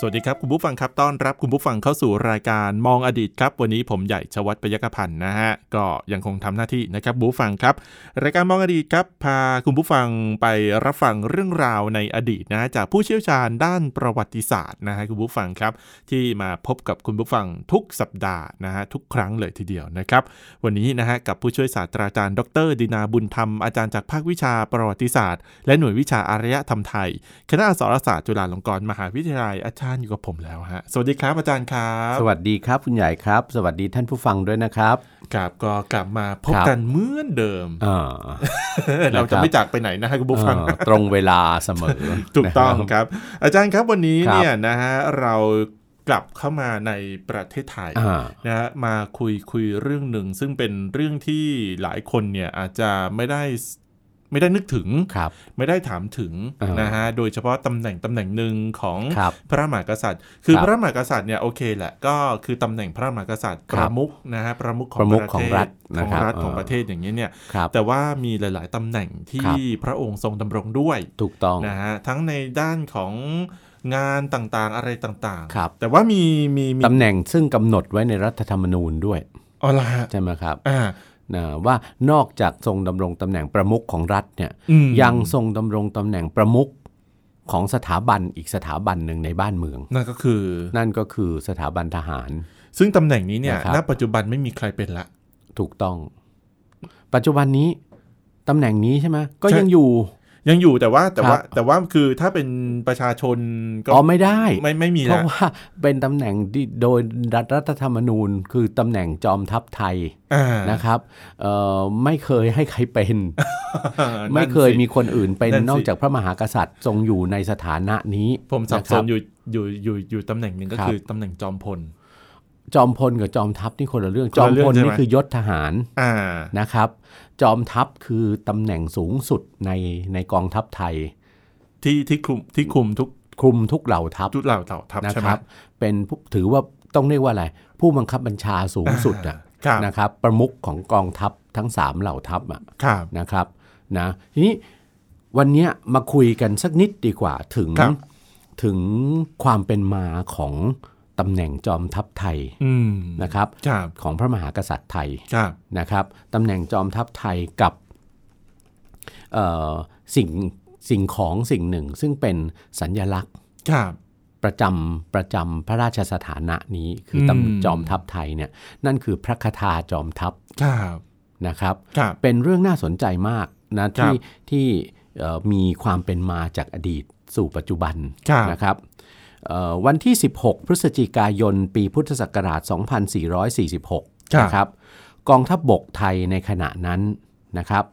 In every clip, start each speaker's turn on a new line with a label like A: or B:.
A: สวัสดีครับ คุณผู้ฟังครับต้อนรับคุณผู้ฟังเข้าสู่รายการมองอดีตครับ วันนี้ผมใหญ่ชวัฒน์ปยกพันธ์นะฮะก็ยังคงทำหน้าที่นะครับคุณผู้ฟังครับ รายการมองอดีตครับพาคุณผู้ฟังไปรับฟังเรื่องราวในอดีตนะจากผู้เชี่ยวชาญด้านประวัติศาสตร์นะฮะคุณผู้ฟังครับ ที่มาพบกับคุณผู้ฟังทุกสัปดาห์นะฮะทุกครั้งเลยทีเดียวนะครับ วันนี้นะฮะกับผู้ช่วยศาสตราจารย์ ดรดินาบุญธรรมอาจารย์จากภาควิชาประวัติศาสตร์ และหน่วยวิชาอารยธรรมไทย คณะอักษรศาสตร์จุฬาลงกรณ์มหาวิทยาลัยอาจารย์อยู่กับผมแล้วฮะ สวัสดีครับอาจารย์ครับ
B: สวัสดีครับคุณใหญ่ครับ สวัสดีท่านผู้ฟังด้วยนะครับ
A: ครับก็กลับมาพบ
B: ครับ
A: กันเหมือนเดิม
B: เอ่อ
A: เราจะ
B: นะครับ
A: ไม่จากไปไหนนะฮะคุณผู้ฟัง
B: เอ่อตรงเวลาเสมอ
A: ถูกต้อง
B: นะค
A: ครับ รับ อาจารย์ครับวันนี้
B: ครับ
A: เนี่ยนะฮะเรากลับเข้ามาในประเทศไทย
B: อ่า
A: นะฮะมาคุยคุยเรื่องหนึ่ง ซึ่งเป็นเรื่องที่หลายคนเนี่ยอาจจะไม่ได้ไม่ได้นึกถึง
B: ครับ
A: ไม่ได้ถามถึง
B: อ่าน
A: นะฮะโดยเฉพาะตำแหน่งตำแหน่งหนึ่งของ
B: ครับ
A: พระมหากษัตริย์ คือ
B: ครับ
A: พระมหากษัตริย์เนี่ยโอเคแหละก็คือตำแหน่งพระมหากษัตริย์
B: ค
A: ป
B: รับ
A: ระมุขนะฮะประมุขของ
B: ประมุข
A: ปะเทศ
B: ของรัฐ
A: ข
B: นะ
A: อง
B: ครับ
A: รัฐ
B: เอ่อ
A: ของประเทศอย่างนี้ยเนี่ย
B: ครับ
A: แต่ว่ามีหลาย ๆตำแหน่ง
B: ครั
A: ที่
B: บ
A: พระองค์ทรงดำรงด้วย
B: ถูกต้อง
A: นะฮะทั้งในด้านของงานต่างๆอะไรต่าง
B: ครับ
A: แต่ว่ามีมีมี
B: ตำแหน่งซึ่งกำหนดไว้ในรัฐธรรมนูญด้วย
A: อ๋อละฮะ
B: ใช่ไหมครับ
A: อ่า
B: นะว่านอกจากทรงดำรงตำแหน่งประมุขของรัฐเนี่ย
A: อืม
B: ยังทรงดำรงตำแหน่งประมุขของสถาบันอีกสถาบันหนึ่งในบ้านเมือง
A: นั่นก็คือ
B: นั่นก็คือสถาบันทหาร
A: ซึ่งตำแหน่งนี้เนี่ย
B: นะครับ
A: ณปัจจุบันไม่มีใครเป็นละ
B: ถูกต้อง ปัจจุบันนี้ตำแหน่งนี้ใช่ไหมก็
A: ใช่
B: ยังอยู่
A: ยังอยู่แต่ว่าแต่ว่า
B: ครับ
A: แต่ว่าคือถ้าเป็นประชาชนก็
B: อ๋อไม่ได้
A: ไม่ไม่มี
B: เพ
A: ละ
B: ราะว่าเป็นตำแหน่งที่โดยรัฐรัฐธรรมนูญ คือตำแหน่งจอมทัพไทย
A: อ่า
B: นะครับเอ่อไม่เคยให้ใครเป็น ไม่เคย
A: นั่นสิ
B: มีคนอื่นเป็น
A: นั่นสิ
B: นอกจากพระมหากษัตริย์ทรงอยู่ในสถานะนี้
A: ผมสับส
B: ะครั
A: น
B: บ
A: อยู่อยู่อยู่อยู่ตำแหน่งหนึ่งก็
B: ครับ
A: คือตำแหน่งจอมพล
B: จอมพลกับจอมทัพนี่คนละเรื่อง
A: ค
B: จ
A: นละ
B: อม
A: เรื่
B: พ
A: อง
B: ล
A: ใช่ไหม
B: นี่คือยศทหาร
A: อ่า
B: นะครับ จอมทัพคือตำแหน่งสูงสุดในในกองทัพไทย
A: ที่ที่คุมที่คุมทุก
B: คลุมทุกเหล่าทัพ
A: ทุกเหล่าเต่าทัพ
B: นะ
A: ใช่
B: ค
A: ไหม
B: รับเป็นผู้ถือว่าต้องเรียกว่าอะไร ผู้บังคับบัญชาสูงสุดอะ
A: ครับ
B: นะครับประมุขของกองทัพทั้ง 3 เหล่าทัพอะ
A: ครับ
B: นะครับนะทีนี้วันเนี้ยมาคุยกันสักนิดดีกว่าถึง
A: ครับ
B: ถึงความเป็นมาของตำแหน่งจอมทัพไทย
A: อืม
B: นะครับ
A: ครับ
B: ของพระมหากษัตริย์ไทย
A: ครับ
B: นะครับตำแหน่งจอมทัพไทยกับเอ่อสิ่งสิ่งของสิ่งหนึ่ง ซึ่งเป็นสัญญลักษณ์
A: ครับ
B: ประจำประจำพระราชสถานะนี้คือ
A: อืม
B: ตำจอมทัพไทยเนี่ยนั่นคือพระคทาจอมทัพ
A: ครับ
B: นะครับ
A: ครับ
B: เป็นเรื่องน่าสนใจมากนะ
A: ครั
B: ที่
A: บ
B: ที่เอ่อมีความเป็นมาจากอดีตสู่ปัจจุบัน
A: ครับ
B: นะครับเอ่อวันที่ 16 พฤศจิกายน ปีพุทธศักราช 2446 นะครับกองทัพบบกไทยในขณะนั้นนะครับ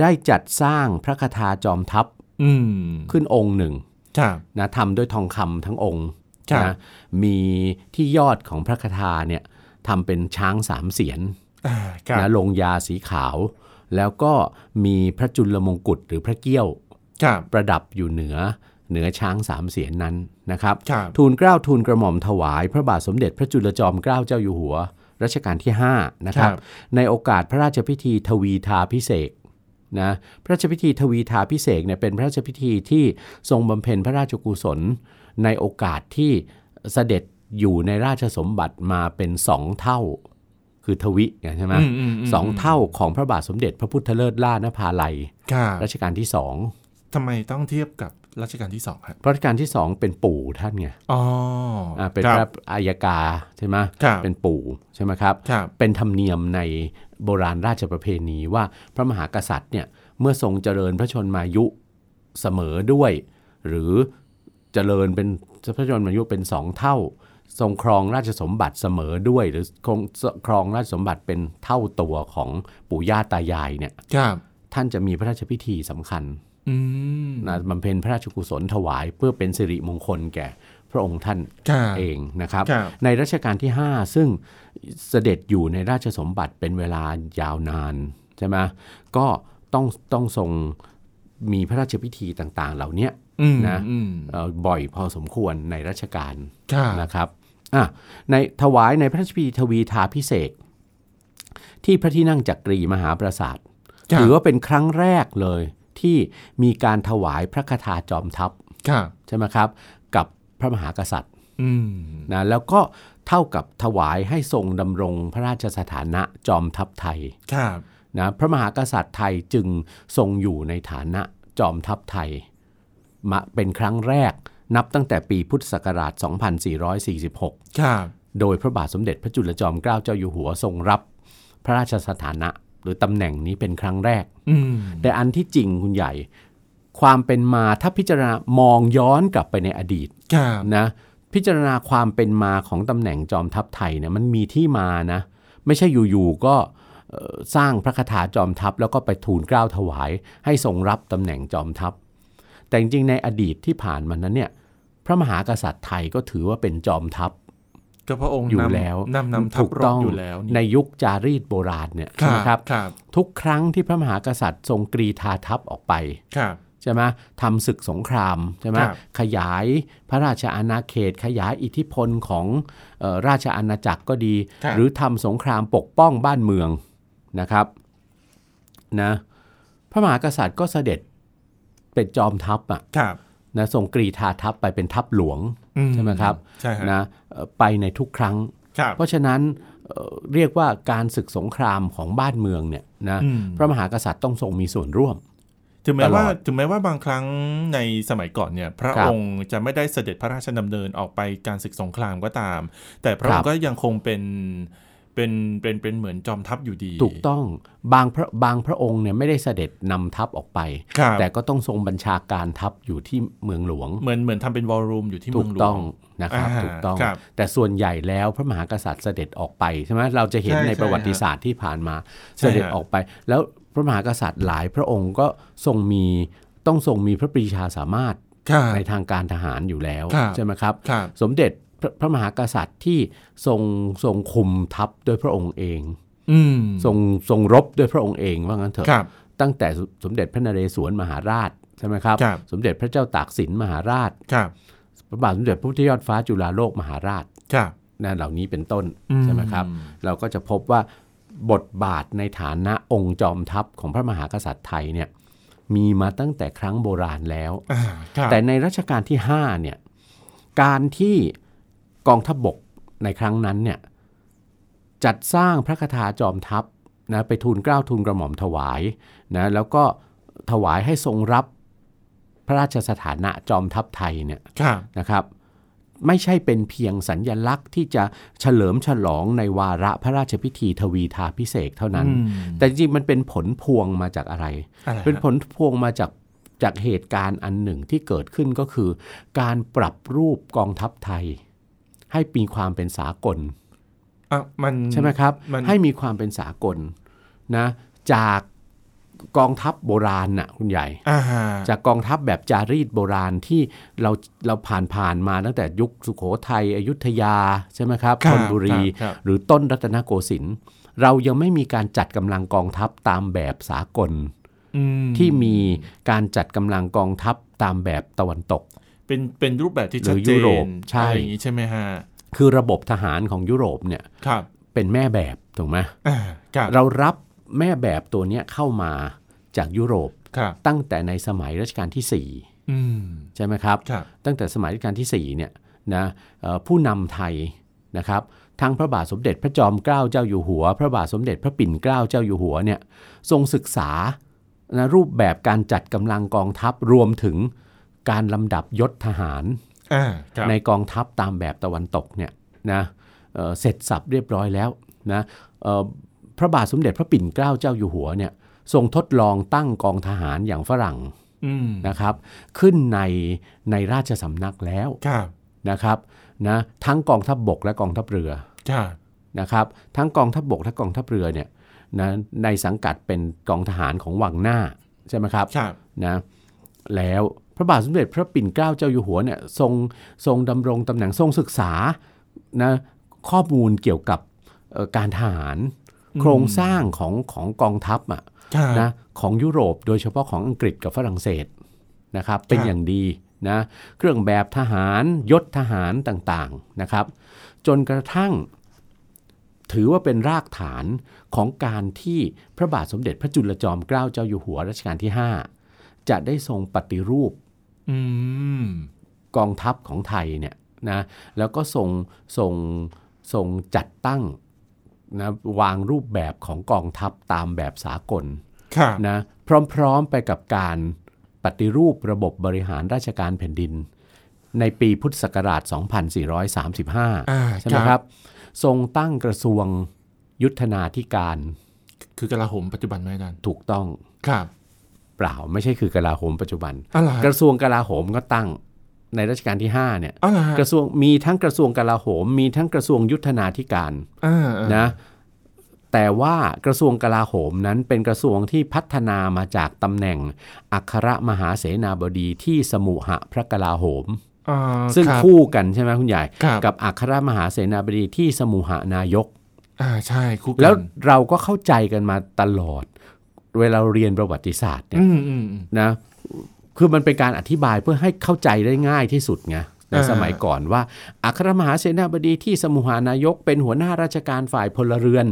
B: ได้จัดสร้างพระคทาจอมทัพ
A: อืม
B: ขึ้นองค์หนึ่ง
A: ครับ
B: นะทำด้วยทองคำทั้งองค์
A: ครับ
B: นะมีที่ยอดของพระคทาเนี่ยทำเป็นช้างสามเสียน
A: อ่าครับ
B: นะลงยาสีขาว แล้วก็มีพระจุลมงกุฎหรือพระเกี้ยว
A: ครับ
B: ประดับอยู่เหนือเหนือช้างสามเสียนนั้นนะครับ
A: ครับ
B: ทูลเกล้าทูลกระหม่อมถวาย พระบาทสมเด็จพระจุลจอมเกล้าเจ้าอยู่หัวรัชกาลที่ 5 นะครับ ในโอกาสพระราชพิธีทวีทาพิเศษกนะพระราชพิธีทวีทาพิเศษกเนี่ยเป็นพระราชพิธีที่ทรงบำเพ็ญพระราชกุศล ในโอกาสที่เสด็จอยู่ในราชสมบัติมาเป็นสองเท่า คือทวิไงใช่ไหม
A: อืมมม
B: สองเท่าของพระบาทสมเด็จพระพุทธเลิศล่านภาลัย
A: ครับ
B: รัชกาลที่สอง
A: ทำไมต้องเทียบกับรัชกาลที่สองครับ
B: เพราะรัชกาลที่สองเป็นปู่ท่านไง
A: อ๋ออ่า
B: อ่าเป็นพระอัยกาใช่ไหม
A: ครับ
B: เป็นปู่ใช่ไหมครับ
A: ครับ
B: เป็นธรรมเนียมในโบราณราชประเพณีว่าพระมหากษัตริย์เนี่ยเมื่อทรงเจริญพระชนมายุเสมอด้วย หรือเจริญเป็นพระชนมายุเป็นสองเท่า ทรงครองราชสมบัติเสมอด้วย หรือครองครองราชสมบัติเป็นเท่าตัวของปู่ย่าตายายเนี่ย
A: ครับ
B: ท่านจะมีพระราชพิธีสำคัญ
A: อืม
B: นะบำเพ็ญพระราชกุศลถวาย เพื่อเป็นสิริมงคลแก่พระองค์ท่าน
A: ครับ
B: เองนะครับ
A: ครับ
B: ในรัชกาลที่ 5 ซึ่งเสด็จอยู่ในราชสมบัติเป็นเวลายาวนาน ใช่ไหมก็ต้องต้องทรงมีพระราชพิธีต่างๆ เหล่าเนี้ย
A: อืม
B: นะ
A: อืม
B: เอ่อบ่อยพอสมควรในรัชกาล
A: ค่ะ
B: นะครับอ่ะในถวายในพระราชพิธีทวีทาพิเศษกที่พระที่นั่งจักรีมหาปราสาท
A: ค่ะ
B: ถือว่าเป็นครั้งแรกเลย ที่มีการถวายพระคทาจอมทัพ
A: ค่ะ
B: ใช่ไหมครับ กับพระมหากษัตริย์
A: อืม
B: นะแล้วก็เท่ากับถวายให้ทรงดำรงพระราชสถานะจอมทัพไทย
A: ค่ะ
B: นะพระมหากษัตริย์ไทยจึงทรงอยู่ในฐานะจอมทัพไทยมาเป็นครั้งแรกนับตั้งแต่ปีพุทธศักราช 2446
A: ค่ะ
B: โดยพระบาทสมเด็จพระจุลจอมเกล้าเจ้าอยู่หัวทรงรับพระราชสถานะ หรือตำแหน่งนี้เป็นครั้งแรก
A: อืม
B: แต่อันที่จริงคุณใหญ่ ความเป็นมาถ้าพิจารณามองย้อนกลับไปในอดีต
A: ค่ะ
B: นะพิจารณาความเป็นมาของตำแหน่งจอมทัพไทยเนี่ยมันมีที่มานะ ไม่ใช่อยู่ๆก็เอ่อสร้างพระคาถาจอมทัพ แล้วก็ไปทูลเกล้าถวาย ให้ทรงรับตำแหน่งจอมทัพ แต่จริงๆในอดีตที่ผ่านมานั้นเนี่ยพระมหากษัตริย์ไทยก็ถือว่าเป็นจอมทัพ
A: ก็พระองค์
B: อยู่
A: นำ
B: แล้ว
A: นำนำทัพ
B: ถูก
A: รบ
B: ต้อง
A: อยู่แล้วนี่
B: ในยุคจารีตโบราณเนี่ยใช่ไหมครับ
A: ครับ
B: ทุกครั้งที่พระมหากษัตริย์ทรงกรีธาทัพออกไป
A: ครับ
B: ใช่ไหมทำศึกสงครามใช่ไหม
A: ครับ
B: ขยายพระราชอาณาเขต ขยายอิทธิพลของเออราชอาณาจักรก็ดี
A: ครับ
B: หรือทำสงครามปกป้องบ้านเมืองนะครับนะพระมหากษัตริย์ก็เสด็จเป็นจอมทัพอะ
A: ครับ
B: นะทรงกรีธาทัพไปเป็นทัพหลวง
A: อื
B: ใช่ไหมครับ
A: ใช่ฮะ
B: นะเอ่อไปในทุกครั้ง
A: ครับ
B: เพราะฉะนั้นเอ่อเรียกว่าการศึกสงครามของบ้านเมืองเนี่ยนะ
A: อืม
B: พระมหากษัตริย์ต้องทรงมีส่วนร่วม
A: ถึงแม้ว่า
B: ตลอด
A: ถึงแม้ว่าบางครั้งในสมัยก่อนเนี่ย พระ
B: ครับ
A: องค์จะไม่ได้เสด็จพระราชดำเนินออกไปการศึกสงครามก็ตาม แต่พระอ
B: ครั
A: ง
B: บ
A: ค์ก็ยังคงเป็นเป็นเป็นเป็นเหมือนจอมทัพอยู่ดี
B: ถูกต้องบางพระบางพระองค์เนี่ยไม่ได้เสด็จนำทัพออกไป
A: ครับ
B: แต่ก็ต้องทรงบัญชาการทัพอยู่ที่เมืองหลวง
A: เหมือนเหมือนทำเป็นวอลลุ่มอยู่ที่
B: ถู
A: เมือก งหล
B: ต้
A: ว
B: อง
A: ง
B: นะครับ
A: อ่า
B: ถูกต้อง
A: ครับ
B: แต่ส่วนใหญ่แล้วพระมหากษัตริย์เสด็จออกไปใช่ไหมเราจะเห็น
A: ใช่
B: ในประวัติ
A: ใช่ฮะ
B: ศาสตร์ที่ผ่านมา
A: ใช่
B: เสด็จ
A: ฮะ
B: ออกไป แล้วพระมหากษัตริย์หลายพระองค์ก็ทรงมีต้องทรงมีพระปรีชาสามารถ
A: ครับ
B: ในทางการทหารอยู่แล้ว
A: ครับ
B: ใช่ไหมครับ
A: ครับ
B: สมเด็จพระพระมหากษัตริย์ที่ทรงทรงคุมทัพด้วยพระองค์เอง
A: อืม
B: ทรงทรงรบด้วยพระองค์เองว่างั้นเถอะ
A: ครับ
B: ตั้งแต่สสมเด็จพระนเรศวรมหาราชใช่ไหมครับ
A: ครับ
B: สมเด็จพระเจ้าตากสินมหาราช
A: ครับ
B: พระบาทสมเด็จพระพุทธยอดฟ้าจุฬาโลกมหาราช
A: ครับ
B: นะเหล่านี้เป็นต้น
A: อื
B: ใช่ไหมครับ เราก็จะพบว่าบทบาทในฐานะองค์จอมทัพของพระมหากษัตริย์ไทยเนี่ยมีมาตั้งแต่ครั้งโบราณแล้ว
A: อ่าครับ
B: แต่ในรัชกาลที่5เนี่ยการที่กองทัพบกในครั้งนั้นเนี่ยจัดสร้างพระคาถาจอมทัพนะไปทูลเกล้าทูลกระหม่อมถวายนะแล้วก็ถวายให้ทรงรับพระราชสถานะจอมทัพไทยเนี่ย
A: ครับ
B: นะครับไม่ใช่เป็นเพียงสัญญลักษณ์ที่จะเฉลิมฉลองในวาระพระราชพิธีทวีทาพิเศษกเท่านั้น
A: อืม
B: แต่จริงๆมันเป็นผลพวงมาจากอะไร
A: อะไร
B: เป็น
A: ฮะ
B: ผลพวงมาจากจากเหตุการณ์อันหนึ่งที่เกิดขึ้นก็คือ การปรับรูปกองทัพไทย ให้มีความเป็นสากล
A: อ่ะมัน
B: ใช่ไหมครับ
A: มัน
B: ให้มีความเป็นสากลนะจากกองทัพโบราณน่ะคุณใหญ่
A: อ่า
B: จากกองทัพแบบจารีตโบราณที่เราเราผ่านผ่านมาตั้งแต่ยุคสุโขทัยอยุธยาใช่ไหมครับ
A: ค
B: ธ
A: รับ
B: นบุรี
A: คบ
B: หรือต้นรัตนโกสินทร์เรายังไม่มีการจัดกำลังกองทัพตามแบบสากล
A: อืม
B: ที่มีการจัดกำลังกองทัพตามแบบตะวันตก
A: เป็นเป็นรูปแบบที่
B: หรือ
A: ชัดเจ
B: ยุโรป
A: น
B: ใช่
A: อะไรอย่างนี้ใช่ไหมฮะ
B: คือระบบทหารของยุโรปเนี่ย
A: ครับ
B: เป็นแม่แบบถูกไหม
A: อ่าครับ
B: เรารับแม่แบบตัวเนี้ยเข้ามาจากยุโรป
A: ครับ
B: ตั้งแต่ในสมัยรัชกาลที่สี่
A: อืม
B: ใช่ไหมครับ
A: ครับ
B: ตั้งแต่สมัยรัชกาลที่สี่เนี่ยนะเอ่อผู้นำไทยนะครับทั้งพระบาทสมเด็จพระจอมเกล้าเจ้าอยู่หัว พระบาทสมเด็จพระปิ่นเกล้าเจ้าอยู่หัวเนี่ยทรงศึกษานะรูปแบบการจัดกำลังกองทัพรวมถึงการลำดับยศทหาร
A: อ่าครับ
B: ในกองทัพตามแบบตะวันตกเนี่ยนะเอ่อเสร็จสับเรียบร้อยแล้วนะเอ่อพระบาทสมเด็จพระปิ่นเกล้าเจ้าอยู่หัวเนี่ยทรงทดลองตั้งกองทหารอย่างฝรั่ง
A: อืม
B: นะครับขึ้นในในราชสำนักแล้ว
A: ครับ
B: นะครับนะทั้งกองทัพบบกและกองทัพเรือ
A: ครับ
B: นะครับทั้งกองทัพบบกและกองทัพเรือเนี่ยนะในสังกัดเป็นกองทหารของวังหน้าใช่ไหมครับ
A: ครับ
B: นะแล้วพระบาทสมเด็จพระปิ่นเกล้าเจ้าอยู่หัวเนี่ยทรงทรงดำรงตำแหน่งทรงศึกษานะข้อมูลเกี่ยวกับเอ่อการทหาร โครงสร้างของของกองทัพอะ
A: ครับ
B: นะของยุโรปโดยเฉพาะของอังกฤษกับฝรั่งเศสนะครับเป็นอย่างดีนะเครื่องแบบทหารยศทหารต่างๆนะครับ จนกระทั่ง ถือว่าเป็นรากฐานของการที่พระบาทสมเด็จพระจุลจอมเกล้าเจ้าอยู่หัวรัชกาลที่ 5 จะได้ทรงปฏิรูป
A: อืม
B: กองทัพของไทยเนี่ยนะแล้วก็ส่งส่งส่งจัดตั้งนะวางรูปแบบของกองทัพตามแบบสากล
A: ครับ
B: นะพร้อมๆไปกับการปฏิรูประบบบริหารราชการแผ่นดิน ในปีพุทธศักราช
A: อ่า
B: 2435 ใช่ไหมครับทรงตั้งกระทรวงยุทธนาธิการ
A: คือกลาโหมปัจจุบันไหมอาจารย์
B: ถูกต้อง
A: ครับ
B: เปล่าไม่ใช่คือกลาโหมปัจจุบัน
A: อะไร
B: กระทรวงกลาโหมก็ตั้งในรัชกาลที่5เนี่ย
A: อะไร
B: กระทรวงมีทั้งกระทรวงกลาโหม มีทั้งกระทรวงยุทธนาธิการ
A: อ่านะ
B: นะแต่ว่ากระทรวงกลาโหมนั้นเป็นกระทรวงที่พัฒนามาจากตำแหน่ง อัครมหาเสนาบดีที่สมุหพระกลาโหม
A: อ่า
B: ซึ่ง
A: รับ
B: คู่กันใช่ไหมคุณใหญ่
A: ครับ
B: กับอัครมหาเสนาบดีที่สมุหนายก
A: อ่าใช่คู่กัน
B: แล้วเราก็เข้าใจกันมาตลอด เวลาเรียนประวัติศาสตร์เนี่ย
A: อืมอืมอืม
B: นะคือมันเป็นการอธิบายเพื่อให้เข้าใจได้ง่ายที่สุดไงใน
A: อ่า
B: สมัยก่อนว่าอัครมหาเสนาบดีที่สมุหานายก เป็นหัวหน้าราชการฝ่ายพลเรือน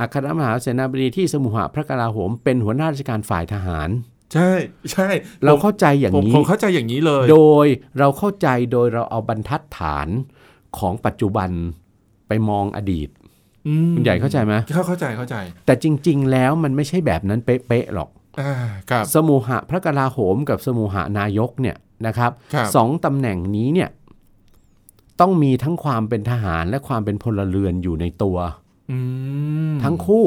B: อัครมหาเสนาบดีที่สมุหพระกลาโหม เป็นหัวหน้าราชการฝ่ายทหาร
A: ใช่ใช่
B: เรา
A: ผม
B: เข้าใจอย่าง
A: ผม
B: นี้
A: ผมเข้าใจอย่างนี้เลย
B: โดยเราเข้าใจโดยเราเอาบรรทัดฐานของปัจจุบันไปมองอดีต
A: อืม
B: คุณใหญ่เข้าใจไหม
A: เข้าเข้าใจเข้าใจ
B: แต่จริง ๆ แล้วมันไม่ใช่แบบนั้นเป๊ะๆหรอก
A: อ่าครับ
B: สมุหะพระกลาโหมกับสมุหานายกเนี่ยนะครับ
A: ครับ
B: สองตำแหน่งนี้เนี่ยต้องมีทั้งความเป็นทหารและความเป็นพลเรือนอยู่ในตัว
A: อืม
B: ทั้งคู่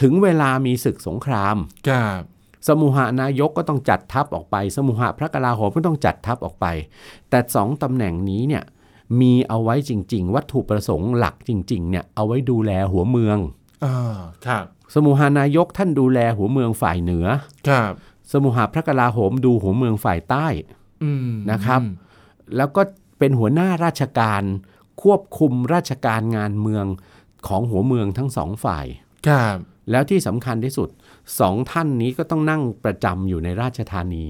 B: ถึงเวลามีศึกสงคราม
A: ครับ
B: สมุหานายกก็ต้องจัดทัพออกไป สมุหะพระกลาโหมก็ต้องจัดทัพออกไป แต่สองตำแหน่งนี้เนี่ยมีเอาไว้จริง ๆ วัตถุประสงค์หลักจริงๆเนี่ยเอาไว้ดูแลหัวเมือง
A: อ่าครับ
B: สมุหานายกท่านดูแลหัวเมืองฝ่ายเหนือ
A: ครับ
B: สมุหะพระกลาโหมดูหัวเมืองฝ่ายใต้
A: อืม
B: นะครับ แล้วก็เป็นหัวหน้าราชการควบคุมราชการงานเมืองของหัวเมืองทั้งสองฝ่าย
A: ครับ
B: แล้วที่สำคัญที่สุดสองท่านนี้ก็ต้องนั่งประจำอยู่ในราชธานี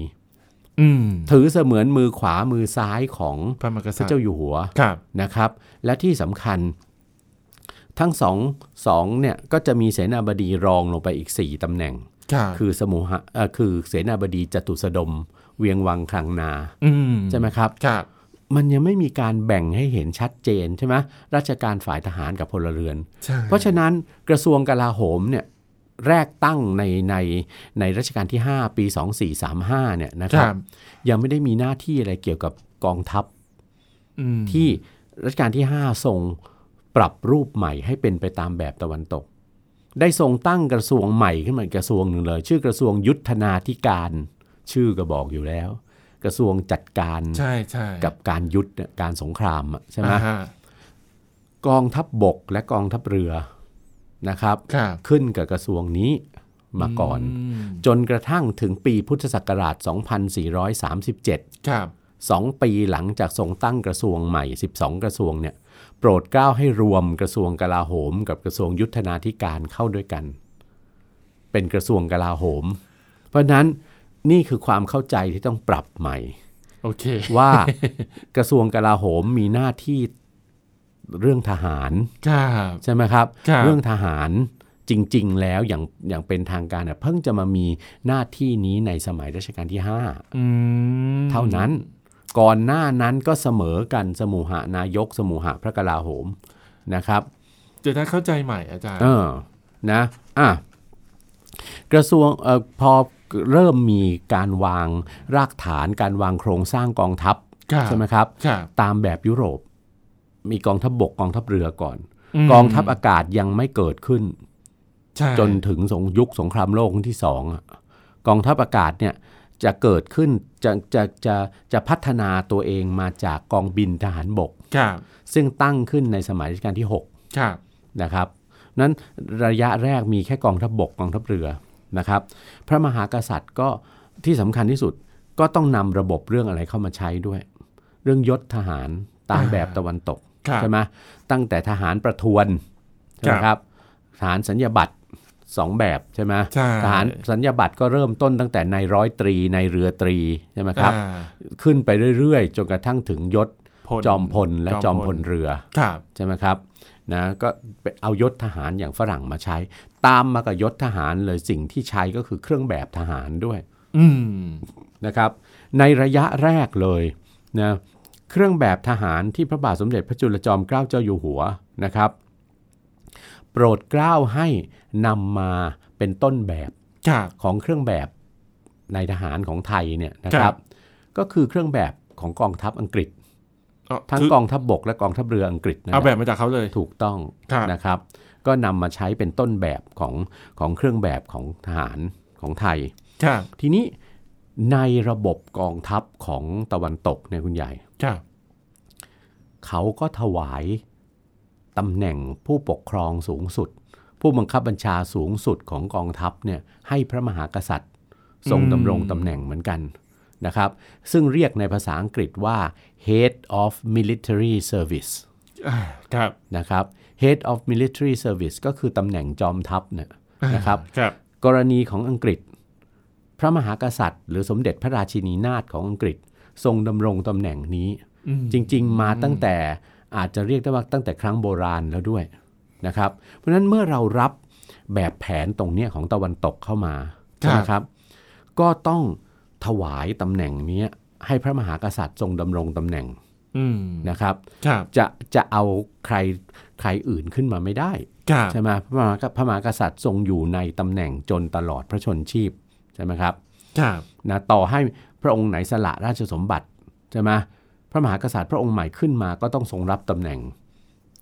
A: อืม
B: ถือเสมือนมือขวามือซ้ายของ
A: พระมหาก
B: พ
A: ษัตริ
B: ระ
A: ย์
B: เจ้าอยู่หัว
A: ครับ
B: นะครับ และที่สำคัญทั้งสองสองเนี่ยก็จะมีเสนาบดีรองลงไปอีก 4ตำแหน่ง
A: ครับ
B: คือสมุหะเอ่อคือเสนาบดีจตุสดม เวียงวังคลังนา
A: อืม
B: ใช่ไหมครับ
A: ครับ
B: มันยังไม่มีการแบ่งให้เห็นชัดเจนใช่ไหมราชการฝ่ายทหารกับพลเรือน
A: ใช่
B: เพราะฉะนั้นกระทรวงกลาโหมเนี่ยแรกตั้งในในในรัชกาลที่ 5 ปี 2435เนี่ยนะ
A: ค
B: ครั
A: รั
B: บบ ยังไม่ได้มีหน้าที่อะไรเกี่ยวกับกองทัพ
A: อืม
B: ที่รัชกาลที่ 5 ทรงปรับรูปใหม่ให้เป็นไปตามแบบตะวันตก ได้ทรงตั้งกระทรวงใหม่ขึ้นมาอีกกระทรวงหนึ่งเลย ชื่อกระทรวงยุทธนาธิการ ชื่อก็บอกอยู่แล้ว กระทรวงจัดการ
A: ใช่ใช่
B: กับการยุทธเนี่ยการสงครามอะใช่ไหม
A: อ่าฮะ
B: กองทัพบบกและกองทัพเรือนะครับ
A: ครับ
B: ขึ้นกับกระทรวงนี้มาก่อน
A: ม
B: จนกระทั่งถึงปีพุทธศักราช
A: ค
B: 2437
A: รับ
B: 2 ปีหลังจากทรงตั้งกระทรวงใหม่ 12 กระทรวงเนี่ยโปรดเกล้าให้รวมกระทรวงกลาโหม กับกระทรวงยุทธนาธิการเข้าด้วยกัน เป็นกระทรวงกลาโหม เพราะฉะนั้นนี่คือความเข้าใจที่ต้องปรับใหม่
A: โอเค
B: ว่าก ระทรวงกลาโหมมีหน้าที่เรื่องทหาร
A: ครับ
B: ใช่ไหมครับ
A: ครับ
B: เรื่องทหารจริง ๆ แล้วอย่างอย่างเป็นทางการเนี่ยเพิ่งจะมามีหน้าที่นี้ในสมัยรัชกาลที่
A: อืม
B: 5 เท่านั้น ก่อนหน้านั้นก็เสมอกันสมุหานายก สมุหพระกลาโหมนะครับ
A: จะได้เข้าใจใหม่อาจารย์
B: เออ นะ อ่ะ กระทรวงเออพอเริ่มมีการวางรากฐานการวางโครงสร้างกองทัพ
A: ครับ
B: ใช่ไหมครับ
A: ครับ
B: ตามแบบยุโรป มีกองทัพบบกกองทัพเรือก่อน
A: ม
B: กองทัพอากาศยังไม่เกิดขึ้น
A: ใช่
B: จนถึงสงยุคสงครามโลกครั้งที่สองอะกองทัพอากาศเนี่ยจะเกิดขึ้นจะจะจะจะพัฒนาตัวเองมาจากกองบินทหารบก
A: ครับ
B: ซึ่งตั้งขึ้นในสมัยรัชกาลที่
A: ครับ
B: 6 นะครับ นั้นระยะแรกมีแค่กองทัพบบกกองทัพเรือนะครับ พระมหากษัตริย์ก็ที่สำคัญที่สุดก็ต้องนำระบบเรื่องอะไรเข้ามาใช้ด้วย เรื่องยศทหารตามแบบตะวันตก
A: ครับ
B: ใช่ไหมตั้งแต่ทหารประทวนใช่ไหม
A: ครับ
B: ครับ ทหารสัญญาบัตรสองแบบใช่ไหม
A: ใช่
B: ทหารสัญญาบัตรก็เริ่มต้นตั้งแต่ในายร้อยตรีในายเรือตรีใช่ไหมครับ
A: อ่า
B: ขึ้นไปเรื่อยๆ จนกระทั่งถึงยศ
A: พล
B: จอมพลและจอมพลเรือ
A: ครับ
B: ใช่ไหมครับนะก็ไปเอายศทหารอย่างฝรั่งมาใช้ ตามมากับยศทหารเลยสิ่งที่ใช้ก็คือเครื่องแบบทหารด้วย
A: อืม
B: นะครับ ในระยะแรกเลยนะเครื่องแบบทหารที่พระบาทสมเด็จพระจุลจอมเกล้าเจ้าอยู่หัวนะครับ โปรดเกล้าให้นำมาเป็นต้นแบบ
A: ครับ
B: ของเครื่องแบบในายทหารของไทยเนี่ยนะค
A: ครั
B: รับ
A: บ
B: ก็คือเครื่องแบบของกองทัพอังกฤษ
A: เา
B: ทั้ง
A: คื
B: กองทัพบกและกองทัพเรืออังกฤษนะค
A: เอา
B: รับ
A: แบบมาจากเขาเลย
B: ถูกต้อง
A: ครับ
B: นะครับ ก็นำมาใช้เป็นต้นแบบของของเครื่องแบบของทหารของไทย
A: ครับ
B: ทีนี้ในระบบกองทัพของตะวันตกเนี่ยคุณใหญ่
A: ครับ
B: เขาก็ถวายตำแหน่งผู้ปกครองสูงสุด ผู้บังคับบัญชาสูงสุดของกองทัพเนี่ยให้พระมหากษัตริย์ ทรงดำรงตำแหน่งเหมือนกันนะครับ ซึ่งเรียกในภาษาอังกฤษว่า head of military service
A: อ่าครับ
B: นะครับ Head of Military Service ก็คือตำแหน่งจอมทัพเนี่ยนะครับ
A: ครับ
B: กรณีของอังกฤษ พระมหากษัตริย์ หรือสมเด็จพระราชินีนาถของอังกฤษ ทรงดำรงตำแหน่งนี้
A: อืม
B: จริงๆ มาตั้งแต่อาจจะเรียกได้ว่าตั้งแต่ครั้งโบราณแล้วด้วยนะครับ เพราะฉะนั้นเมื่อเรารับแบบแผนตรงเนี้ยของตะวันตกเข้ามาใช่ไหมครับ ก็ต้องถวายตำแหน่งเนี้ยให้พระมหากษัตริย์ทรงดำรงตำแหน่ง
A: อืม
B: นะครับ
A: ครับ
B: จะจะเอาใครใครอื่นขึ้นมาไม่ได้
A: ครับ
B: ใช่ไหมพระมหากษัตริย์พระมหากษัตริย์ทรงอยู่ในตำแหน่งจนตลอดพระชนชีพใช่ไหมครับ
A: ครับ
B: นะต่อให้พระองค์ไหนสละราชสมบัติใช่ไหมพระมหากษัตริย์พระองค์ใหม่ขึ้นมาก็ต้องทรงรับตำแหน่ง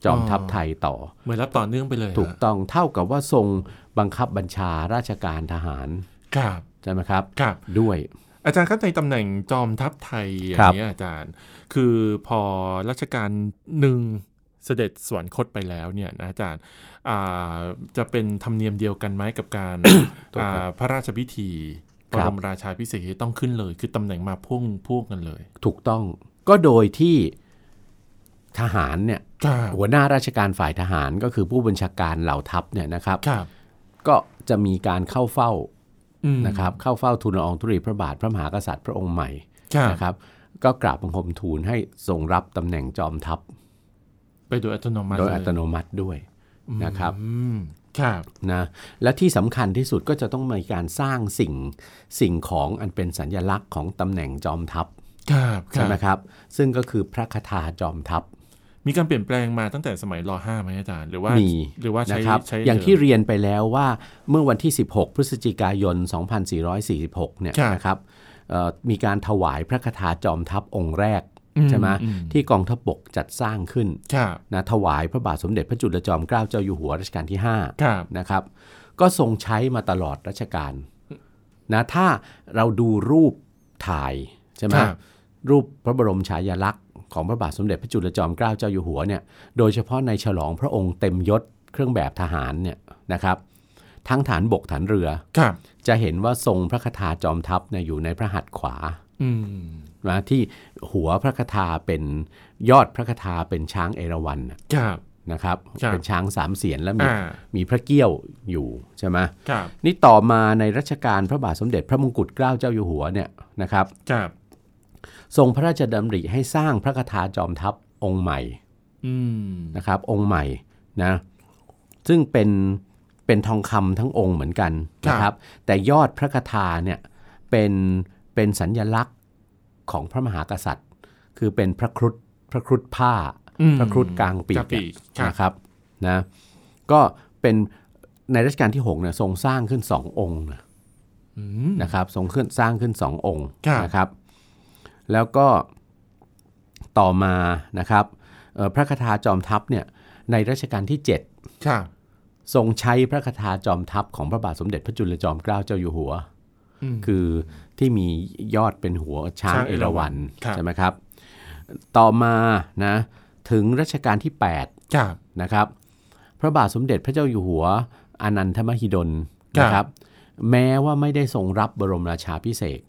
B: จอมทัพไทยต่อ
A: เหมือนรับต่อเนื่องไปเลย
B: ถูก
A: ฮะ
B: ต้องเท่ากับว่าทรงบังคับบัญชาราชการทหาร
A: ครับ
B: ใช่ไหมครับ
A: ครับ
B: ด้วย
A: อาจารย์ครับในตำแหน่งจอมทัพไทยอย่า
B: ครับ
A: งนี้ยอาจารย์ คือพอรัชกาลหนึ่งเสด็จสวรรคตไปแล้วเนี่ยนะอาจารย์อ่าจะเป็นธรรมเนียมเดียวกันไหมกับการ
B: ถูกครับ
A: อ่าพระราชพิธี
B: ค
A: บ
B: รับ
A: รมราชาพิเศษกต้องขึ้นเลย คือตำแหน่งมาพ่วงพ่วงกันเลย
B: ถูกต้องก็โดยที่ทหารเนี่ย
A: ครับ
B: หัวหน้าราชการฝ่ายทหารก็คือผู้บัญชาการเหล่าทัพเนี่ยนะครับ
A: ครับ
B: ก็จะมีการเข้าเฝ้า
A: อืม
B: นะครับเข้าเฝ้าทูลละอองธุลีพระบาทพระมหากษัตริย์พระองค์ใหม่
A: ครับ
B: นะครับ ก็กราบบังคมทูลให้ทรงรับตำแหน่งจอมทัพ
A: ไปโดยอัตโนมัติ
B: โดย
A: เล
B: อัตโนมัติด้วยนะครับ
A: อืมครับ
B: นะและที่สำคัญที่สุดก็จะต้องมีการสร้างสิ่งสิ่งของอันเป็นสัญญลักษณ์ของตำแหน่งจอมทัพ
A: ครับค
B: ใช่
A: รับ
B: ไหมครับ ซึ่งก็คือพระคถาจอมทัพ
A: มีการเปลี่ยนแปลงมาตั้งแต่สมัยรห้าไหมอาจารย์หรือว่า
B: มี
A: หรือว่า
B: นะ
A: ใช้
B: ครับ
A: ใช้
B: อย่าง
A: เดิม
B: ที่เรียนไปแล้วว่าเมื่อวันที่ 16 พฤศจิกายน 2446เนี่ย
A: ครับ
B: นะครับเอ่อมีการถวายพระคถาจอมทัพองค์แรก
A: อื
B: ใช่ไหม
A: อื
B: ที่กองทัพบกจัดสร้างขึ้น
A: ครับ
B: นะถวายพระบาทสมเด็จพระจุลจอมเกล้าเจ้าอยู่หัวรัชกาลที่
A: ครับ
B: 5นะครับก็ทรงใช้มาตลอดรัชกาลนะถ้าเราดูรูปถ่ายใช่ไหม
A: ครับ
B: รูปพระบรมฉายาลักษณ์ของพระบาทสมเด็จพระจุลจอมเกล้าเจ้าอยู่หัวเนี่ยโดยเฉพาะในฉลองพระองค์เต็มยศเครื่องแบบทหารเนี่ยนะครับทั้งฐานบกฐานเรือ
A: ครับ
B: จะเห็นว่าทรงพระคถาจอมทัพเนี่ยอยู่ในพระหัตถ์ขวา
A: อืม
B: นะที่หัวพระคทาเป็นยอดพระคทาเป็นช้างเอราวัณน่ะ
A: ครับ
B: นะครับ
A: ครับ
B: เป็นช้างสามเสียนแล้วมี
A: อ่า
B: มีพระเกี้ยวอยู่ใช่ไหม
A: ครับ
B: นี่ต่อมาในรัชกาลพระบาทสมเด็จพระมงกุฎเกล้าเจ้าอยู่หัวเนี่ยนะครับ
A: ครับ
B: ทรงพระราชดำริให้สร้างพระคทาจอมทัพองค์ใหม่
A: อืม
B: นะครับ องค์ใหม่นะซึ่งเป็นเป็นทองคำทั้งองค์เหมือนกันนะครับ แต่ยอดพระคทาเนี่ยเป็นเป็นสัญญลักษณ์ของพระมหากษัตริย์ คือเป็นพระครุฑพระครุฑผ้า
A: อืม
B: พระครุฑกลางปี
A: ก
B: ก
A: ลางปีก
B: อะ
A: ครับ
B: นะครับนะก็เป็นในรัชกาลที่6เนี่ยทรงสร้างขึ้น 2 องค์นะ
A: อืม
B: นะครับทรงขึ้นสร้างขึ้น 2 องค์
A: ครับ
B: นะครับ แล้วก็ต่อมานะครับเอ่อพระคทาจอมทัพเนี่ยในรัชกาลที่
A: ครับ
B: 7 ทรงใช้พระคทาจอมทัพของพระบาทสมเด็จพระจุลจอมเกล้าเจ้าอยู่หัว
A: อืม
B: คือที่มียอดเป็นหัวช้าง
A: ช้าง
B: เอ
A: เอ
B: รา
A: ราวั
B: วัณ
A: ณครับ
B: ใช่ไหมครับ ต่อมานะถึงรัชกาลที่ 8
A: ครับ
B: นะครับพระบาทสมเด็จพระเจ้าอยู่หัวอานันทมหิดลนะครับแม้ว่าไม่ได้ทรงรับบรมราชาพิเศษก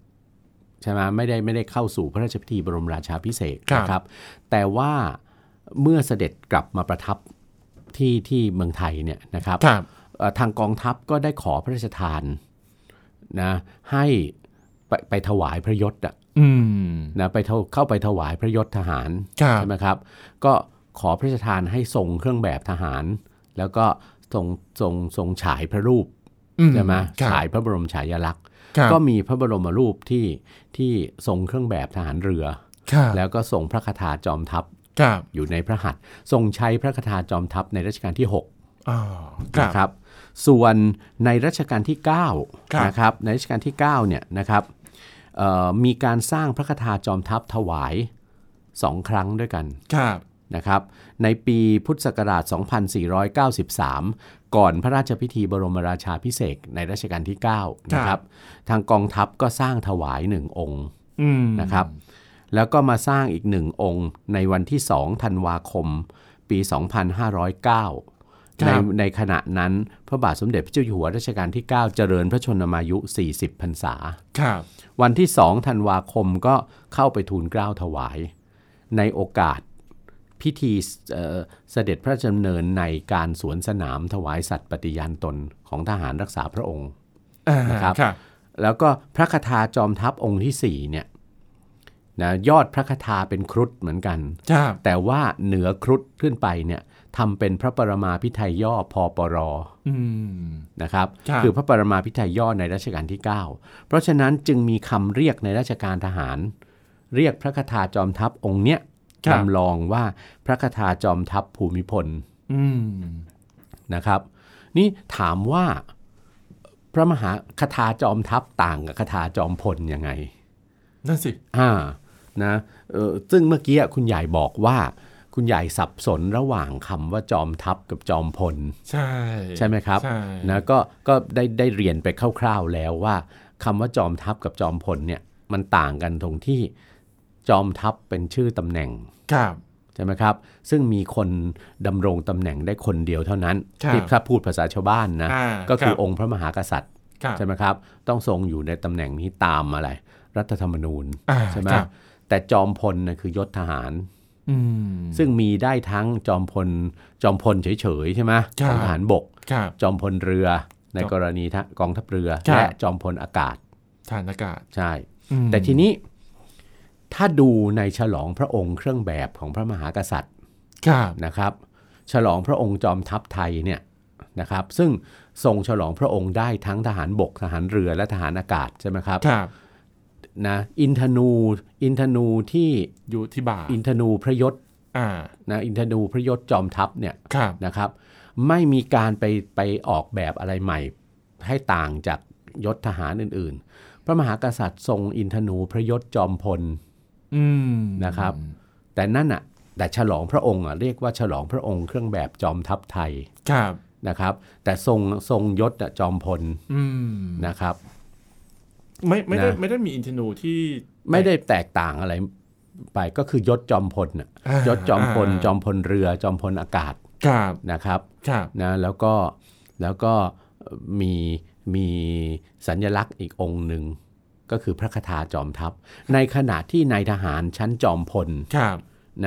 B: ใช่ไหมไม่ได้ไม่ได้เข้าสู่พระราชพิธีบรมราชาพิเศษกนะครับแต่ว่าเมื่อเสด็จกลับมาประทับ ที่ที่เมืองไทยเนี่ยนะครับ
A: ครับ
B: เอ่อทางกองทัพก็ได้ขอพระราชทานนะให้ไปไปถวายพระยศอะ
A: อืม
B: นะไปเข้าเข้าไปถวายพระยศทหาร
A: ครับ
B: ใช่ไหมครับ ก็ขอพระราชทานให้ทรงเครื่องแบบทหาร แล้วก็ทรงทรงทรงฉายพระรูป
A: อื
B: ใช่ไหม
A: ครับ
B: ฉายพระบรมฉายาลักษณ์
A: ครับ
B: ก็มีพระบรมรูปที่ที่ทรงเครื่องแบบทหารเรือ
A: ครับ
B: แล้วก็ทรงพระคาถาจอมทัพ
A: ครับ
B: อยู่ในพระหัตถ์ทรงใช้พระคาถาจอมทัพในรัชกาลที่ 6
A: อ๋อครับ
B: นะครับส่วนในรัชกาลที่
A: ครับ
B: 9นะครับในรัชกาลที่9เนี่ยนะครับเอ่อมีการสร้างพระคทาจอมทัพถวาย 2 ครั้งด้วยกัน
A: ครับ
B: นะครับในปีพุทธศักราช 2493 ก่อนพระราชพิธีบรมราชาพิเศษกในรัชกาลที่9นะค
A: ครั
B: รับบ ทางกองทัพก็สร้างถวาย 1 องค์
A: อืม
B: นะครับแล้วก็มาสร้างอีก 1 องค์ในวันที่2ธันวาคมปี 2509
A: ค
B: ใน
A: รับ
B: ในขณะนั้นพระบาทสมเด็จพระเจ้าอยู่หัวรัชกาลที่ 9 เจริญพระชนมายุ 40 พรรษา
A: ครับ
B: วันที่2ธันวาคมก็เข้าไปทูลเกล้าถวาย ในโอกาสพิธีเอ่อเสด็จพระราชดำเนินในการสวนสนามถวายสัตย์ปฏิญาณตนของทหารรักษาพระองค์
A: อ่า
B: นะครับ
A: ครับ
B: แล้วก็พระคทาจอมทัพองค์ทีสี่4เนี่ยนะยอดพระคทาเป็นครุฑเหมือนกัน
A: ครับ
B: แต่ว่าเหนือครุฑขึ้นไปเนี่ยทำเป็นพระปรมาพิไธยย่อพอปร
A: อืม
B: นะครับ
A: ครับ
B: อพระปรมาพิไธยย่อในรัชกาลที่ 9 เพราะฉะนั้นจึงมีคำเรียกในราชการทหาร เรียกพระคาถาจอมทัพองค์เนี้ยจำลองว่าพระคาถาจอมทัพภูมิพล
A: อืม
B: นะครับ นี่ถามว่าพระมหาคาถาจอมทัพต่างกับคาถาจอมพลยังไง
A: นั่นสิ
B: อ่านะเออซึ่งเมื่อกี้คุณใหญ่บอกว่า คุณใหญ่สับสนระหว่างคำว่าจอมทัพกับจอมพล
A: ใช่
B: ใช่ไหมครับ
A: ใช่
B: นะก็ก็ได้ได้เรียนไปคร่าวๆแล้วว่าคำว่าจอมทัพกับจอมพลเนี่ยมันต่างกันตรงที่จอมทัพเป็นชื่อตำแหน่ง
A: ครับ
B: ใช่ไหมครับ ซึ่งมีคนดำรงตำแหน่งได้คนเดียวเท่านั้น
A: ครับ
B: ที่ถ้าพูดภาษาชาวบ้านนะ
A: า
B: ก็คือ
A: รับ
B: องค์พระมหากษัตริย์
A: ครับ
B: ใช่ไหมครับ ต้องทรงอยู่ในตำแหน่งนี้ตามอะไร รัฐธรรมนูญ
A: อ่า
B: ใช่ไหม
A: ครับ
B: แต่จอมพลนะคือยศทหาร
A: อืม
B: ซึ่งมีได้ทั้งจอมพลจอมพลเฉยๆใช่ไหม
A: ครับ
B: ของทหารบก
A: ครับ
B: จอมพลเรือในกรณีทะกองทัพเรือ
A: ครับ
B: และจอมพลอากาศ
A: ฐานอากาศ
B: ใช่
A: อืม
B: แต่ทีนี้ถ้าดูในฉลองพระองค์เครื่องแบบของพระมหากษัตริย์
A: ครับ
B: นะครับ ฉลองพระองค์จอมทัพไทยเนี่ยนะครับ ซึ่งทรงฉลองพระองค์ได้ทั้งทหารบกทหารเรือและทหารอากาศใช่ไหมครับ
A: ครับ
B: นะอินทนูอินทนูที่
A: อยู่ที่บ่า
B: อินทนูพระยศ
A: อ่า
B: นะอินทนูพระยศจอมทัพเนี่ย
A: ครับ
B: นะครับไม่มีการไปไปออกแบบอะไรใหม่ ให้ต่างจากยศทหารอื่นๆ พระมหากษัตริย์ทรงอินทนูพระยศจอมพล
A: อืม
B: นะครับ แต่นั่นอ่ะแต่ฉลองพระองค์อ่ะเรียกว่าฉลองพระองค์เครื่องแบบจอมทัพไทย
A: ครับ
B: นะครับแต่ทรงทรงยศอะจอมพล
A: อืม
B: นะครับ
A: ไม่ไม่ได้
B: นะ
A: ไม่ได้มีอินเทนูที่
B: ไม่ได้แตกต่างอะไรไปก็คือยศจอมพลน่ะ
A: าย
B: ศจอมพล
A: า
B: จอมพลเรือจอมพลอากาศ
A: ครับ
B: นะครับ
A: ครับ
B: นะแล้วก็แล้วก็เอ่อมีมีสัญลักษณ์อีกองค์หนึ่งก็คือพระคาถาจอมทัพ ในขณะที่นายทหารชั้นจอมพล
A: ครับ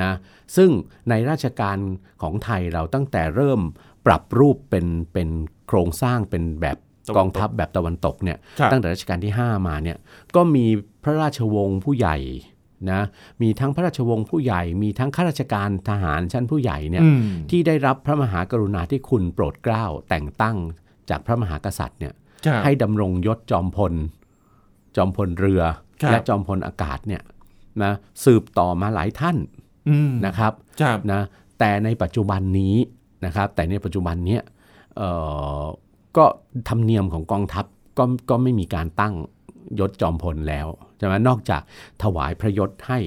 B: นะซึ่งในราชการของไทยเราตั้งแต่เริ่มปรับรูปเป็นเป็นโครงสร้างเป็นแบบกองทัพแบบตะวันตกเนี่ย
A: ครับ
B: ตั้งแต่รัชกาลที่ 5 มาเนี่ยก็มีพระราชวงศ์ผู้ใหญ่นะมีทั้งพระราชวงศ์ผู้ใหญ่มีทั้งข้าราชการทหารชั้นผู้ใหญ่เนี่ย
A: อืม
B: ที่ได้รับพระมหากรุณาธิคุณโปรดเกล้าแต่งตั้งจากพระมหากษัตริย์เนี่ย
A: ครับ
B: ให้ดำรงยศจอมพล จอมพลเรือ
A: ครับ
B: และจอมพลอากาศเนี่ยนะสืบต่อมาหลายท่าน
A: อืม
B: นะครับ
A: ครับ
B: นะแต่ในปัจจุบันนี้นะครับแต่ในปัจจุบันเนี้ยเอ่อก็ธรรมเนียมของกองทัพก็ก็ไม่มีการตั้งยศจอมพลแล้วใช่ไหมนอกจากถวายพระยศให้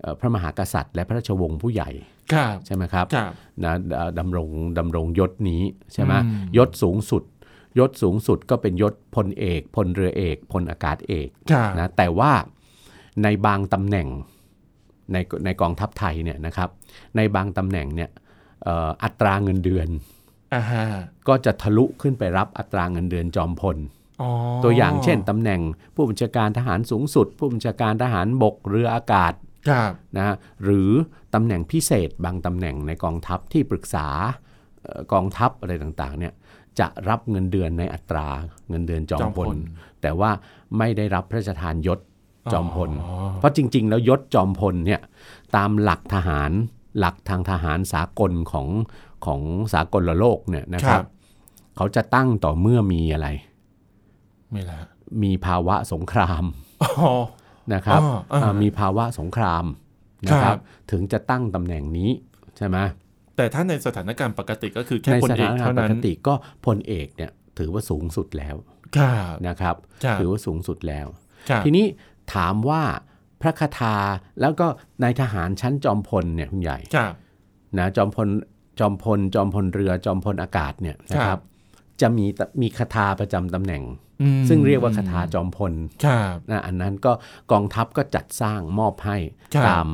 B: เอ่อพระมหากษัตริย์ และพระราชวงศ์ผู้ใหญ่
A: ครับ
B: ใช่ไหมครับ
A: ครับ
B: นะเอ่อดำรงดำรงยศนี้ใช่ไหม
A: อืม
B: ยศสูงสุด ยศสูงสุดก็เป็นยศพลเอกพลเรือเอกพลอากาศเอก
A: ครับ
B: นะแต่ว่าในบางตำแหน่งในในกองทัพไทยเนี่ยนะครับ ในบางตำแหน่งเนี่ยเอ่ออัตราเงินเดือน
A: อ่าฮะ
B: ก็จะทะลุขึ้นไปรับอัตราเงินเดือนจอมพล
A: อ๋อ
B: ตัวอย่างเช่นตำแหน่งผู้บัญชาการทหารสูงสุด ผู้บัญชาการทหารบกเรืออากาศ
A: ครับ
B: นะฮะหรือตำแหน่งพิเศษบางตำแหน่งในกองทัพที่ปรึกษา อ่อกองทัพอะไรต่างๆเนี่ยจะรับเงินเดือนในอัตราเงินเดือนจอม
A: จอม
B: พ
A: พ
B: ล
A: ล
B: แต่ว่าไม่ได้รับพระราชทานยศจอมพล
A: อ๋อ
B: เพราะจริง ๆ แล้วยศจอมพลเนี่ยตามหลักทหารหลักทางทหารสากลของของสากลโลกเนี่ยนะค
A: ครั
B: รับ
A: บ
B: เขาจะตั้งต่อเมื่อมีอะไร
A: ไม่ละ
B: มีภาวะสงคราม
A: อ๋อ
B: นะครับ
A: อ๋ออ่า
B: อ่ามีภาวะสงครามนะค
A: ครั
B: รับ
A: บ
B: ถึงจะตั้งตำแหน่งนี้ใช่ไหม
A: แต่ถ้าในสถานการณ์ปกติก็คือแค่
B: ใน
A: พล
B: ส
A: เอ
B: ถาก นการ
A: เท่า
B: ณ์ป
A: นั้น
B: กติก็พลเอกเนี่ยถือว่าสูงสุดแล้ว
A: ครับ
B: นะครับ
A: ครับ
B: ถือว่าสูงสุดแล้ว
A: ครับ
B: ทีนี้ถามว่าพระคาถาแล้วก็นายทหารชั้นจอมพลเนี่ยคุณใหญ่
A: ครับ
B: นะจอมพลจอมพล จอมพลเรือจอมพลอากาศเนี่ยนะค
A: ครั
B: รับ
A: บ
B: จะมีตมีคาถาประจำตำแหน่ง
A: อืม
B: ซึ่งเรียกว่าคาถาจอมพล
A: ครับ
B: นะอันนั้นก็กองทัพก็จัดสร้างมอบให้
A: ครับ
B: ตาม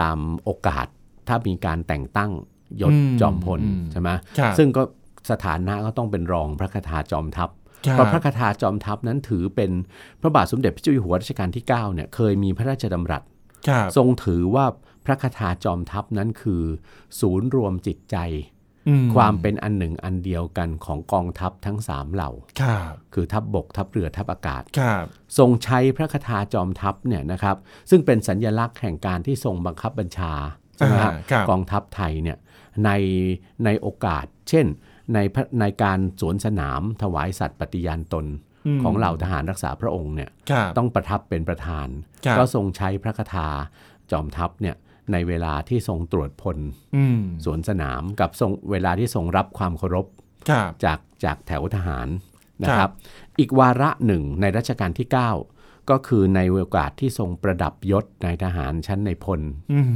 B: ตามโอกาสถ้ามีการแต่งตั้งยศ
A: อืม
B: จอมพล
A: อืม
B: ใช่ไหม
A: ครับ
B: ซึ่งก็สถานะก็ต้องเป็นรองพระคาถาจอมทัพ
A: คบ
B: เพราะพระคาถาจอมทัพนั้นถือเป็นพระบาทสมเด็จพระเจ้าอยู่หัวรัชกาลที่9เนี่ยเคยมีพระราชดำรัส
A: ครับ
B: ทรงถือว่าพระคาถาจอมทัพนั้นคือ ศูนย์รวมจิตใจ
A: อื
B: ความเป็นอันหนึ่งอันเดียวกันของกองทัพทั้งสามเหล่า
A: ครับ
B: คือทัพบบกทัพเรือทัพอากาศ
A: ครับ
B: ทรงใช้พระคาถาจอมทัพเนี่ยนะครับซึ่งเป็นสัญญลักษณ์แห่งการที่ทรงบังคับบัญชาใช่ไหม
A: อ่า
B: ฮะ
A: ครับ
B: กองทัพไทยเนี่ยในในโอกาส เช่น ในพระในการสวนสนามถวายสัตย์ปฏิญาณตน
A: ม
B: ของเหล่าทหารรักษาพระองค์เนี่ย
A: ครับ
B: ต้องประทับเป็นประธาน
A: ครับ
B: ก็ทรงใช้พระคาถาจอมทัพเนี่ยในเวลาที่ทรงตรวจพล
A: อืม
B: สวนสนามกับทรงเวลาที่ทรงรับความเคารพ
A: ครับ
B: จากจากแถวทหารนะค
A: ครั
B: รับ
A: บ
B: อีกวาระหนึ่งในรัชกาลที่ 9 ก็คือในโอกาสที่ทรงประดับยศนายทหารชั้นในพล
A: อืม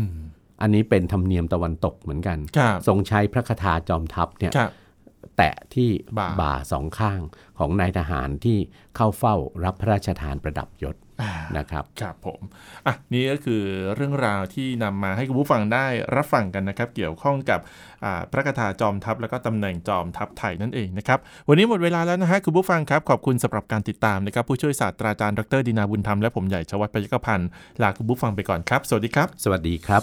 B: อันนี้เป็นธรรมเนียมตะวันตกเหมือนกัน
A: ครับ
B: ทรงใช้พระคาถาจอมทัพเนี่ย
A: ครับ
B: แตะที่
A: บ่า
B: บ่าสองข้างของนายทหารที่เข้าเฝ้ารับพระราชทานประดับยศ
A: อ่า
B: นะครับ
A: ครับผมอ่ะนี่ก็คือเรื่องราวที่นำมาให้คุณผู้ฟังได้รับฟังกันนะครับ เกี่ยวข้องกับอ่าพระคาถาจอมทัพ แล้วก็ตำแหน่งจอมทัพไทยนั่นเองนะครับวันนี้หมดเวลาแล้วนะฮะคุณผู้ฟังครับขอบคุณสำหรับการติดตามนะครับผู้ช่วยศาสตราจารย์ดรดินาบุญธรรมและผมใหญ่ชวัฒน์ปยกพันธ์ลาคุณผู้ฟังไปก่อนครับ สวัสดีครับ
B: สวัสดีครับ